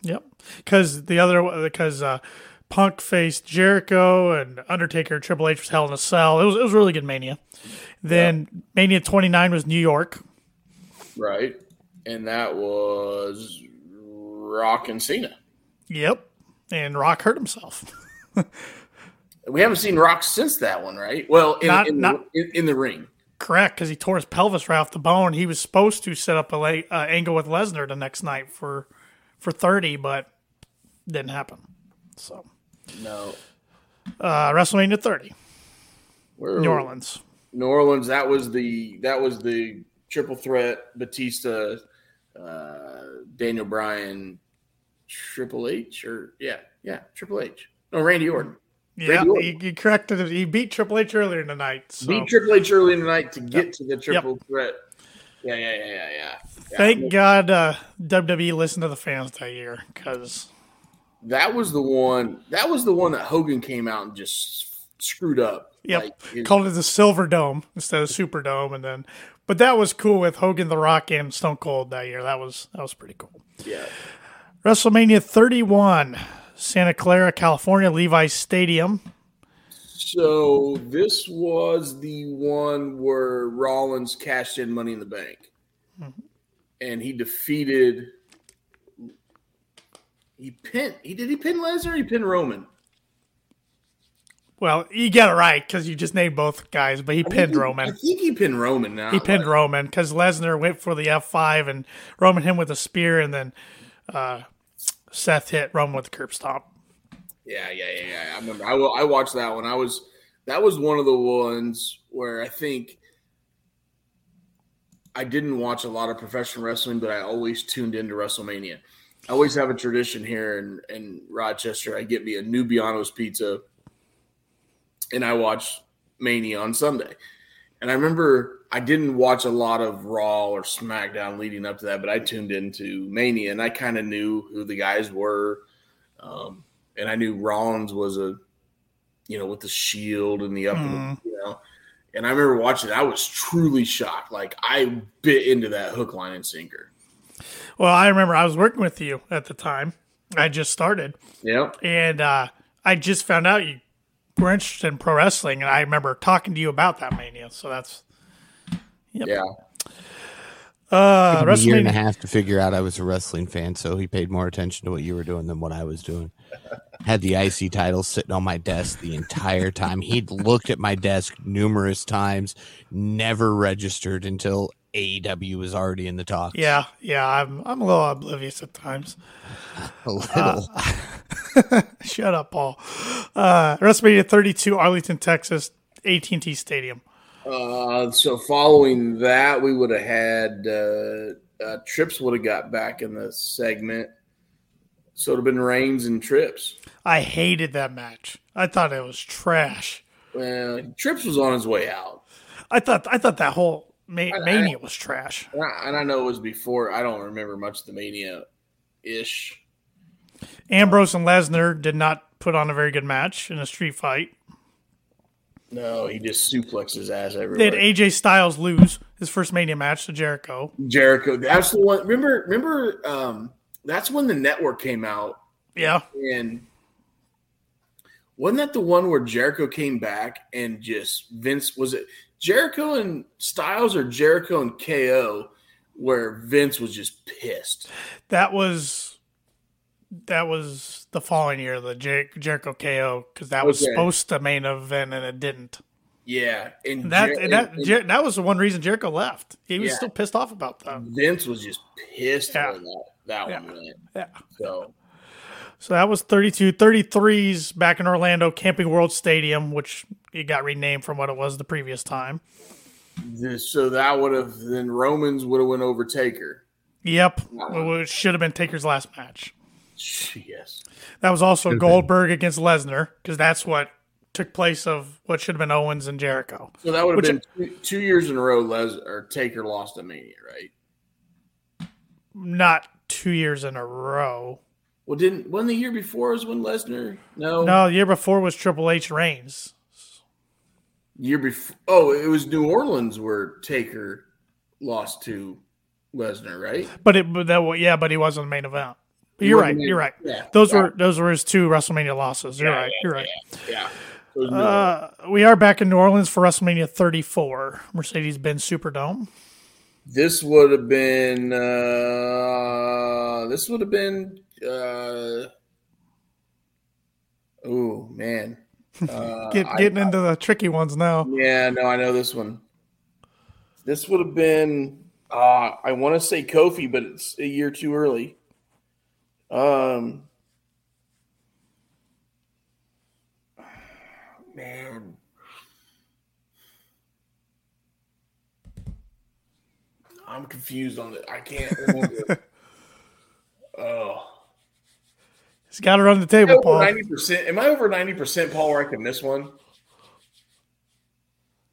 [SPEAKER 1] Yep. Because the other because uh, Punk faced Jericho and Undertaker, Triple H was Hell in a Cell. It was it was a really good Mania. Then Mania 29 was New York.
[SPEAKER 2] Right. And that was Rock and Cena.
[SPEAKER 1] Yep. And Rock hurt himself.
[SPEAKER 2] We haven't seen Rock since that one, right? Well, in,
[SPEAKER 1] Not-
[SPEAKER 2] in,
[SPEAKER 1] not-
[SPEAKER 2] in, in the ring.
[SPEAKER 1] Correct, because he tore his pelvis right off the bone. He was supposed to set up a lay, uh, angle with Lesnar the next night for for thirty, but didn't happen. So
[SPEAKER 2] No.
[SPEAKER 1] uh, WrestleMania thirty,
[SPEAKER 2] Where
[SPEAKER 1] New Orleans.
[SPEAKER 2] New Orleans. That was the that was the triple threat: Batista, uh, Daniel Bryan, Triple H, or yeah, yeah, Triple H. No, Randy Orton.
[SPEAKER 1] Yeah,
[SPEAKER 2] Orton.
[SPEAKER 1] he, he corrected it. He beat Triple H earlier tonight. So
[SPEAKER 2] Beat Triple H early in the night to get to the triple threat. Yeah, yeah, yeah, yeah, yeah. yeah.
[SPEAKER 1] thank God uh, WWE listened to the fans that year because
[SPEAKER 2] that was the one. That was the one that Hogan came out and just screwed up.
[SPEAKER 1] Yep.
[SPEAKER 2] his-
[SPEAKER 1] called it the Silver Dome instead of Superdome, and then but that was cool with Hogan, The Rock, and Stone Cold that year. That was that was pretty cool.
[SPEAKER 2] yeah.
[SPEAKER 1] WrestleMania 31, Santa Clara, California, Levi's Stadium.
[SPEAKER 2] So this was the one where Rollins cashed in Money in the Bank,
[SPEAKER 1] Mm-hmm.
[SPEAKER 2] and he defeated. He pinned. He did. He pin Lesnar. or He pinned Roman.
[SPEAKER 1] Well, you get it right because you just named both guys, but he
[SPEAKER 2] I think
[SPEAKER 1] pinned
[SPEAKER 2] he- I
[SPEAKER 1] Roman.
[SPEAKER 2] think he pinned Roman. Now
[SPEAKER 1] He pinned Roman because Lesnar went for the F5 and Roman hit him with a spear, and then uh, Seth hit Roman with a curb stomp.
[SPEAKER 2] Yeah, yeah, yeah, yeah. I remember. I wa- I watched that one. I was that was one of the ones where I think I didn't watch a lot of professional wrestling, but I always tuned into WrestleMania. I always have a tradition here in, in Rochester. I get me a new Biano's pizza, and I watch Mania on Sunday. And I remember I didn't watch a lot of Raw or SmackDown leading up to that, but I tuned into Mania, and I kind of knew who the guys were. Um, and I knew Rollins was a, you know, with the shield and the up,
[SPEAKER 1] Mhm.
[SPEAKER 2] you know. And I remember watching. it. I was truly shocked. Like I bit into that hook, line, and sinker.
[SPEAKER 1] Well, I remember I was working with you at the time. I just started,
[SPEAKER 2] Yep.
[SPEAKER 1] and uh, I just found out you were interested in pro wrestling, and I remember talking to you about that mania. So that's
[SPEAKER 2] Yeah.
[SPEAKER 1] uh,
[SPEAKER 3] a year and a
[SPEAKER 1] WrestleMania.
[SPEAKER 3] half to figure out I was a wrestling fan, so he paid more attention to what you were doing than what I was doing. Had the IC title sitting on my desk the entire time. He'd looked at my desk numerous times, never registered until AEW was already in the talk.
[SPEAKER 1] Yeah, yeah, I'm I'm a little oblivious at times.
[SPEAKER 3] a little.
[SPEAKER 1] Uh, Shut up, Paul. Uh, WrestleMania 32, Arlington, Texas, AT&T Stadium.
[SPEAKER 2] Uh, so following that, we would have had uh, uh, Trips would have got back in the segment. So it'd have been Reigns and Trips.
[SPEAKER 1] I hated that match. I thought it was trash.
[SPEAKER 2] Well, Trips was on his way out.
[SPEAKER 1] I thought I thought that whole ma- mania was trash.
[SPEAKER 2] And I, and I know it was before. I don't remember much of the Mania ish.
[SPEAKER 1] Ambrose and Lesnar did not put on a very good match in a street fight.
[SPEAKER 2] No, he just suplexed his ass
[SPEAKER 1] They
[SPEAKER 2] everywhere.
[SPEAKER 1] had AJ Styles lose his first mania match to Jericho.
[SPEAKER 2] Jericho. That's the one. Remember, remember. Um, that's when the network came out,
[SPEAKER 1] Yeah.
[SPEAKER 2] and wasn't that the one where Jericho came back and just Vince was it Jericho and Styles or Jericho and KO, where Vince was just pissed.
[SPEAKER 1] That was that was the following year, the Jer- Jericho KO, because that was
[SPEAKER 2] Okay.
[SPEAKER 1] supposed to main event and it didn't.
[SPEAKER 2] Yeah, and
[SPEAKER 1] And that
[SPEAKER 2] Jer-
[SPEAKER 1] and that
[SPEAKER 2] and- and
[SPEAKER 1] Jer- that was the one reason Jericho left. He was
[SPEAKER 2] Yeah. Mm-hmm.
[SPEAKER 1] still pissed off about that.
[SPEAKER 2] Vince was just pissed
[SPEAKER 1] Yeah.
[SPEAKER 2] when that, that
[SPEAKER 1] Yeah.
[SPEAKER 2] one went.
[SPEAKER 1] Yeah.
[SPEAKER 2] So
[SPEAKER 1] So that was 32. 33's back in Orlando, Camping World Stadium, which it got renamed from what it was the previous time.
[SPEAKER 2] this- so that would have then Romans would have went over Taker.
[SPEAKER 1] Yep. Well, It should have been Taker's last match.
[SPEAKER 2] Yes.
[SPEAKER 1] That was also Goldberg against Lesnar, because that's what took place of what should have been Owens and Jericho.
[SPEAKER 2] So that would have
[SPEAKER 1] Which-
[SPEAKER 2] been two, two years in a row. Les or Taker lost to Mania, right?
[SPEAKER 1] Not two years in a row.
[SPEAKER 2] Well, didn't wasn't the year before is when Lesnar? No,
[SPEAKER 1] No, the year before was Triple H Reigns.
[SPEAKER 2] year before. Oh, it was New Orleans where Taker lost to Lesnar, right?
[SPEAKER 1] But it but that wa- yeah, but he wasn't the main event. But you're right.
[SPEAKER 2] wasn't-
[SPEAKER 1] You're right.
[SPEAKER 2] Yeah,
[SPEAKER 1] Those
[SPEAKER 2] yeah,
[SPEAKER 1] were those were his two WrestleMania losses. You're right. You're right.
[SPEAKER 2] yeah. It was New Orleans.
[SPEAKER 1] Uh, we are back in New Orleans for WrestleMania 34, Mercedes-Benz Superdome.
[SPEAKER 2] this would have been. Uh, this would have been. Uh, oh man. Uh,
[SPEAKER 1] Get,
[SPEAKER 2] I-
[SPEAKER 1] getting into the tricky ones now.
[SPEAKER 2] Yeah, no, I know this one. This would have been uh I want to say Kofi, but it's a year too early. Um Man. I'm confused on it. I can't remember. oh.
[SPEAKER 1] He's got to run the
[SPEAKER 2] Am I
[SPEAKER 1] table,
[SPEAKER 2] over
[SPEAKER 1] Paul.
[SPEAKER 2] 90%? Am I over 90% Paul where I can miss one?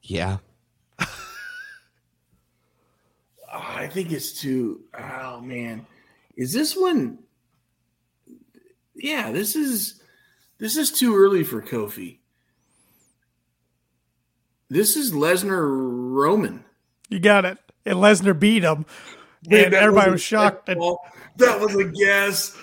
[SPEAKER 3] Yeah.
[SPEAKER 2] I think it's too. Oh man, is this one? Yeah, this is this is too early for Kofi. This is Lesnar Roman.
[SPEAKER 1] You got it. And Lesnar beat him.
[SPEAKER 2] Man,
[SPEAKER 1] and
[SPEAKER 2] that
[SPEAKER 1] everybody
[SPEAKER 2] wasn't
[SPEAKER 1] was shocked.
[SPEAKER 2] at all. That was a guess.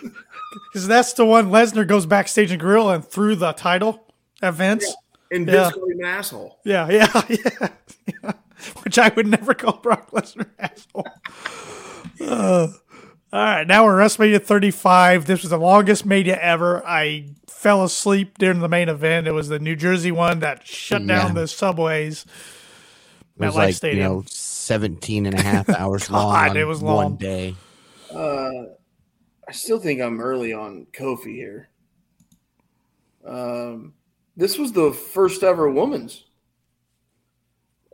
[SPEAKER 1] Because that's the one Lesnar goes backstage and Gorilla and threw the title at Vince.
[SPEAKER 2] And
[SPEAKER 1] Yeah.
[SPEAKER 2] Vince called him an asshole.
[SPEAKER 1] Yeah, yeah, yeah. Which I would never call Brock Lesnar an asshole. Uh, all right, now we're at WrestleMania 35. This was the longest media ever. I fell asleep during the main event. It was the New Jersey one that shut down
[SPEAKER 3] Yeah.
[SPEAKER 1] the subways.
[SPEAKER 3] It was
[SPEAKER 1] MetLife
[SPEAKER 3] like, you
[SPEAKER 1] Stadium.
[SPEAKER 3] know, 17 and a half hours long.
[SPEAKER 1] God,
[SPEAKER 3] on
[SPEAKER 1] it was long.
[SPEAKER 3] One day.
[SPEAKER 2] I still think I'm early on Kofi here. Um, this was the first ever woman's.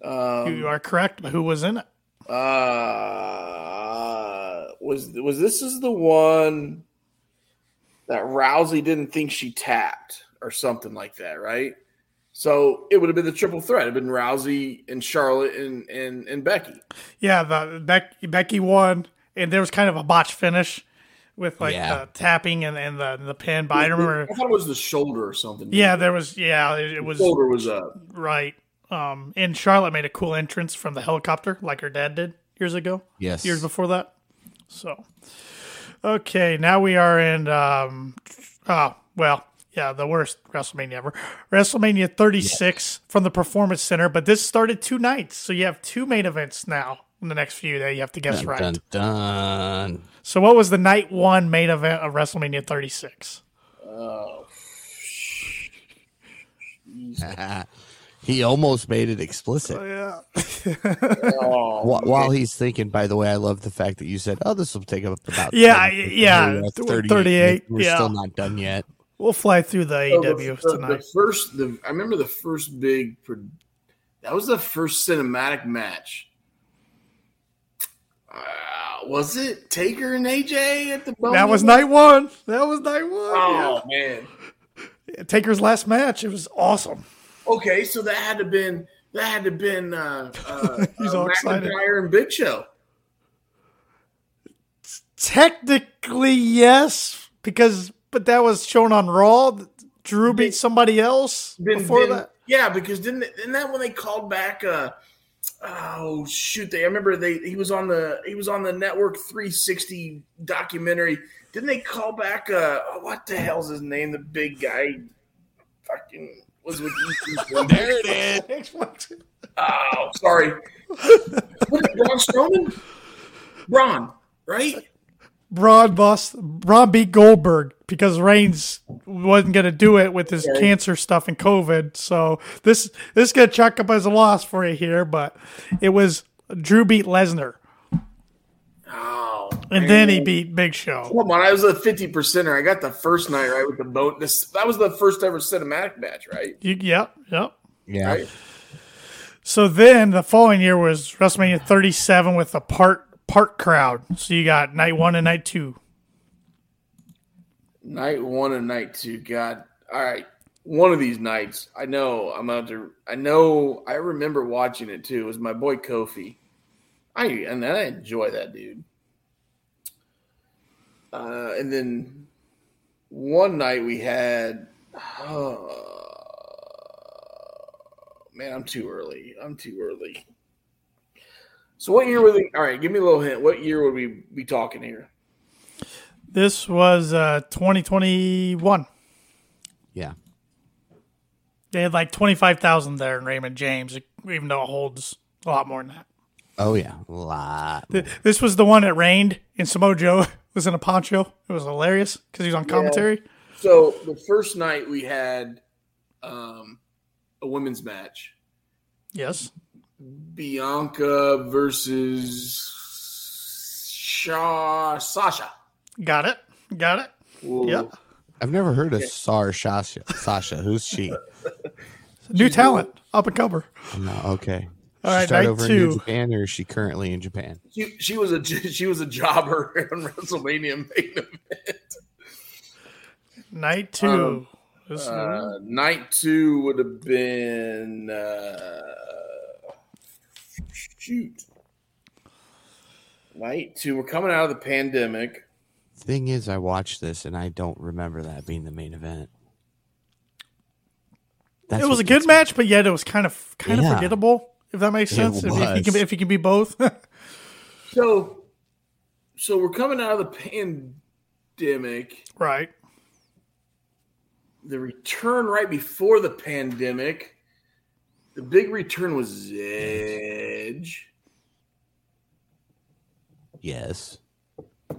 [SPEAKER 2] Um,
[SPEAKER 1] you are correct, but who was in it?
[SPEAKER 2] Uh, was was this is the one that Rousey didn't think she tapped or something like that, right? So it would have been the triple threat. It'd been Rousey and Charlotte and and, and Becky.
[SPEAKER 1] Yeah, the Becky, Becky won, and there was kind of a botch finish with like the
[SPEAKER 3] Yeah.
[SPEAKER 1] tapping and, and the, the pin. But I remember,
[SPEAKER 2] I thought it was the shoulder or something.
[SPEAKER 1] yeah, there was, yeah, it, it was
[SPEAKER 2] shoulder was up.
[SPEAKER 1] Right. Um, and Charlotte made a cool entrance from the helicopter, like her dad did years ago,
[SPEAKER 3] Yes.
[SPEAKER 1] years before that. So, okay, now we are in. Um, oh well, yeah, the worst WrestleMania ever, WrestleMania 36 from the Performance Center. But this started two nights, so you have two main events now in the next few that you have to guess
[SPEAKER 3] Dun,
[SPEAKER 1] right.
[SPEAKER 3] dun, dun.
[SPEAKER 1] So, what was the night one main event of WrestleMania 36?
[SPEAKER 3] he almost made it explicit.
[SPEAKER 1] Yeah,
[SPEAKER 2] Oh,
[SPEAKER 3] Wh- While he's thinking, by the way, I love the fact that you said, "Oh, this will take up about
[SPEAKER 1] Yeah,
[SPEAKER 3] 10,
[SPEAKER 1] I- yeah,
[SPEAKER 3] we're at
[SPEAKER 1] th-
[SPEAKER 3] 38,
[SPEAKER 1] 38,
[SPEAKER 3] We're
[SPEAKER 1] yeah.
[SPEAKER 3] still not done yet."
[SPEAKER 1] we'll fly through the
[SPEAKER 2] So the-
[SPEAKER 1] AEW
[SPEAKER 2] the,
[SPEAKER 1] E tonight.
[SPEAKER 2] the first, the I remember the first big. pro- That was the first cinematic match. Uh, was it Taker and AJ at the Bone?
[SPEAKER 1] That was night one. That was night one.
[SPEAKER 2] Oh man.
[SPEAKER 1] Yeah. Taker's last match. It was awesome.
[SPEAKER 2] Okay, so that had to been that had to been uh, uh,
[SPEAKER 1] He's
[SPEAKER 2] uh,
[SPEAKER 1] all excited.
[SPEAKER 2] McIntyre and Big Show.
[SPEAKER 1] Technically, yes, because but that was shown on Raw. Drew beat somebody else
[SPEAKER 2] Then-
[SPEAKER 1] before
[SPEAKER 2] then-
[SPEAKER 1] that.
[SPEAKER 2] Yeah, because didn't isn't that when they called back? Uh, oh shoot! They I remember they he was on the he was on the network 360 documentary. Didn't they call back? Uh, oh, what the hell's his name? The big guy, fucking was with EC3.
[SPEAKER 3] There it is.
[SPEAKER 2] oh, sorry. Was it Braun Strowman? Braun, right?
[SPEAKER 1] Braun bust Braun beat Goldberg because Reigns wasn't gonna do it with his
[SPEAKER 2] Okay.
[SPEAKER 1] cancer stuff and COVID. So this this is gonna chalk up as a loss for you here, but it was Drew beat Lesnar
[SPEAKER 2] Oh,
[SPEAKER 1] and
[SPEAKER 2] man.
[SPEAKER 1] then he beat Big Show.
[SPEAKER 2] Come on, I was a fifty percenter. I got the first night right with the boat. This that was the first ever cinematic match, right?
[SPEAKER 1] You, yep, yep.
[SPEAKER 3] Yeah.
[SPEAKER 2] Right.
[SPEAKER 1] So then the following year was WrestleMania 37 with a part part crowd. So you got night one and night two.
[SPEAKER 2] Night one and night two. God, all right. One of these nights, I know I'm out to. I know I remember watching it too. It was my boy Kofi. I and I enjoy that dude. Uh, and then one night we had. uh, man, I'm too early. I'm too early. So what year were they? All right, give me a little hint. What year would we be talking here?
[SPEAKER 1] This was uh, 2021.
[SPEAKER 3] Yeah.
[SPEAKER 1] They had like 25,000 there in Raymond James, even though it holds a lot more than that.
[SPEAKER 3] Oh yeah. A lot.
[SPEAKER 1] Th- This was the one that rained, and Samoa Joe was in a poncho. It was hilarious because he was on commentary.
[SPEAKER 2] So the first night we had um, a women's match,
[SPEAKER 1] Yes.
[SPEAKER 2] Bianca versus Shaw Sasha.
[SPEAKER 1] Got it. Got it.
[SPEAKER 2] Ooh.
[SPEAKER 1] Yep.
[SPEAKER 3] I've never heard of Sar Sasha. Sasha. Who's she?
[SPEAKER 1] New talent up and cover.
[SPEAKER 3] No. Okay.
[SPEAKER 1] All
[SPEAKER 3] she
[SPEAKER 1] right,
[SPEAKER 3] started
[SPEAKER 1] night
[SPEAKER 3] over in
[SPEAKER 1] two.
[SPEAKER 3] New Japan, or is she currently in Japan?
[SPEAKER 2] She, she was a she was a jobber on WrestleMania main event.
[SPEAKER 1] Night two.
[SPEAKER 2] Um,
[SPEAKER 1] This-
[SPEAKER 2] Uh, night two would have been uh, shoot. Night two, we're coming out of the pandemic.
[SPEAKER 3] Thing is, I watched this and I don't remember that being the main event. That's
[SPEAKER 1] it was a
[SPEAKER 3] what
[SPEAKER 1] good
[SPEAKER 3] gets me.
[SPEAKER 1] match, but yet it was kind of kind
[SPEAKER 3] Yeah.
[SPEAKER 1] of forgettable. If that makes
[SPEAKER 3] It
[SPEAKER 1] sense, if, if, you
[SPEAKER 3] was.
[SPEAKER 1] can, if you can be both,
[SPEAKER 2] So, so we're coming out of the pandemic.
[SPEAKER 1] right?
[SPEAKER 2] The return right before the pandemic, the big return was Edge,
[SPEAKER 3] Yes.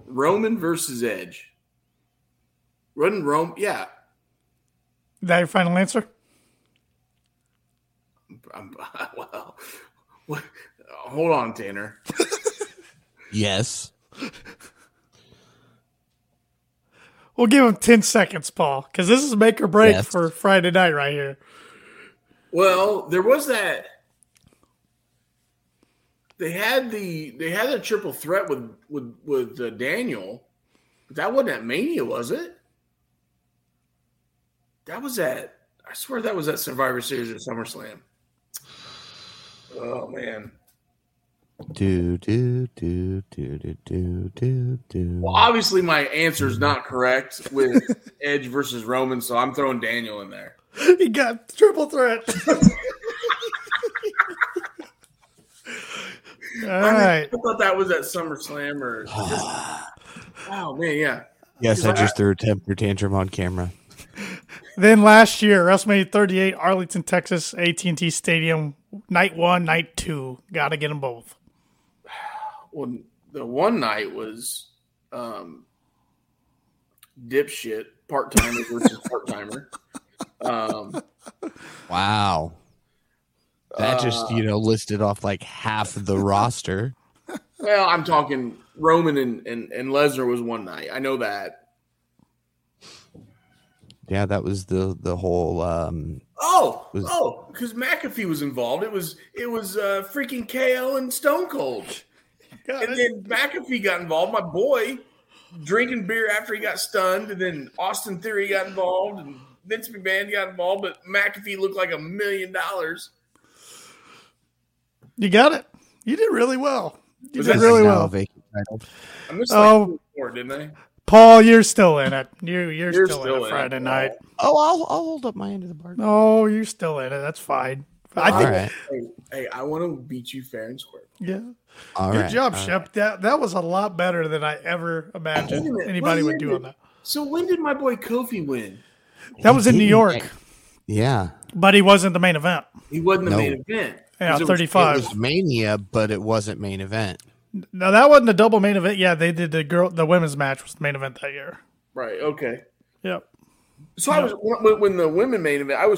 [SPEAKER 2] Roman versus Edge. Run Rome, yeah.
[SPEAKER 1] Is that your final answer?
[SPEAKER 2] I'm, well, what, hold on, Tanner.
[SPEAKER 3] Yes.
[SPEAKER 1] We'll give him ten seconds, Paul, because this is make or break
[SPEAKER 3] Yes.
[SPEAKER 1] for Friday night right here.
[SPEAKER 2] Well, there was that. They had the they had a triple threat with with with uh, Daniel, but that wasn't at Mania, was it? That was at I swear that was at Survivor Series or SummerSlam. Oh man!
[SPEAKER 3] Do do do do do do do do.
[SPEAKER 2] Well, obviously my answer is not correct with Edge versus Roman, so I'm throwing Daniel in there.
[SPEAKER 1] he got triple threat. All right.
[SPEAKER 2] I thought that was at SummerSlam or. oh man, yeah.
[SPEAKER 3] Yes, I just threw a temper tantrum on camera.
[SPEAKER 1] Then last year, WrestleMania 38, Arlington, Texas, AT&T Stadium, night one, night two. Got to get them both.
[SPEAKER 2] well, the one night was um, dipshit part timer versus part timer. Um,
[SPEAKER 3] Wow. That
[SPEAKER 1] Uh.
[SPEAKER 3] just, you know, listed off like half the roster.
[SPEAKER 2] well, I'm talking Roman and, and, and Lesnar was one night. I know that.
[SPEAKER 3] Yeah, that was the the whole um
[SPEAKER 2] Oh,
[SPEAKER 3] Was-
[SPEAKER 2] oh, because McAfee was involved. It was it was uh, freaking KO and Stone Cold.
[SPEAKER 1] God,
[SPEAKER 2] and
[SPEAKER 1] that-
[SPEAKER 2] then McAfee got involved. My boy drinking beer after he got stunned, and then Austin Theory got involved, and Vince McMahon got involved. But McAfee looked like a million dollars.
[SPEAKER 1] you got it. You did really well. You
[SPEAKER 2] Was
[SPEAKER 1] did
[SPEAKER 2] that-
[SPEAKER 1] really
[SPEAKER 3] Now a
[SPEAKER 1] well,
[SPEAKER 3] vacant title.
[SPEAKER 2] I missed
[SPEAKER 1] Oh.
[SPEAKER 2] like four, didn't I?
[SPEAKER 1] Paul. You're still in it. You you're,
[SPEAKER 2] You're
[SPEAKER 1] still, in
[SPEAKER 2] still
[SPEAKER 1] it
[SPEAKER 2] in
[SPEAKER 1] Friday
[SPEAKER 2] it, Paul.
[SPEAKER 1] night.
[SPEAKER 3] Oh, I'll, I'll hold up my end of the bargain.
[SPEAKER 1] No, you're still in it. That's fine. I
[SPEAKER 3] All
[SPEAKER 1] think.
[SPEAKER 3] right.
[SPEAKER 2] Hey, hey, I want to beat you fair and square.
[SPEAKER 1] Yeah.
[SPEAKER 3] All
[SPEAKER 1] Good
[SPEAKER 3] right, Uh,
[SPEAKER 1] job,
[SPEAKER 3] all right.
[SPEAKER 1] Shep. That that was a lot better than I ever
[SPEAKER 2] Wait a
[SPEAKER 1] imagined
[SPEAKER 2] minute,
[SPEAKER 1] anybody
[SPEAKER 2] what
[SPEAKER 1] would do
[SPEAKER 2] year
[SPEAKER 1] on
[SPEAKER 2] did-
[SPEAKER 1] that.
[SPEAKER 2] So when did my boy Kofi win?
[SPEAKER 1] That was in
[SPEAKER 3] He
[SPEAKER 1] New
[SPEAKER 3] didn't-
[SPEAKER 1] York,
[SPEAKER 3] Yeah.
[SPEAKER 1] but he wasn't the main event.
[SPEAKER 2] He wasn't the
[SPEAKER 3] No.
[SPEAKER 2] main event.
[SPEAKER 1] Yeah,
[SPEAKER 2] 'Cause it was-
[SPEAKER 3] It
[SPEAKER 1] 35.
[SPEAKER 3] was Mania, but it wasn't main event.
[SPEAKER 1] No, that wasn't a double main event. Yeah, they did the girl, the women's match was the main event that year.
[SPEAKER 2] Right. Okay.
[SPEAKER 1] Yep.
[SPEAKER 2] So I was when, when the women main event. I was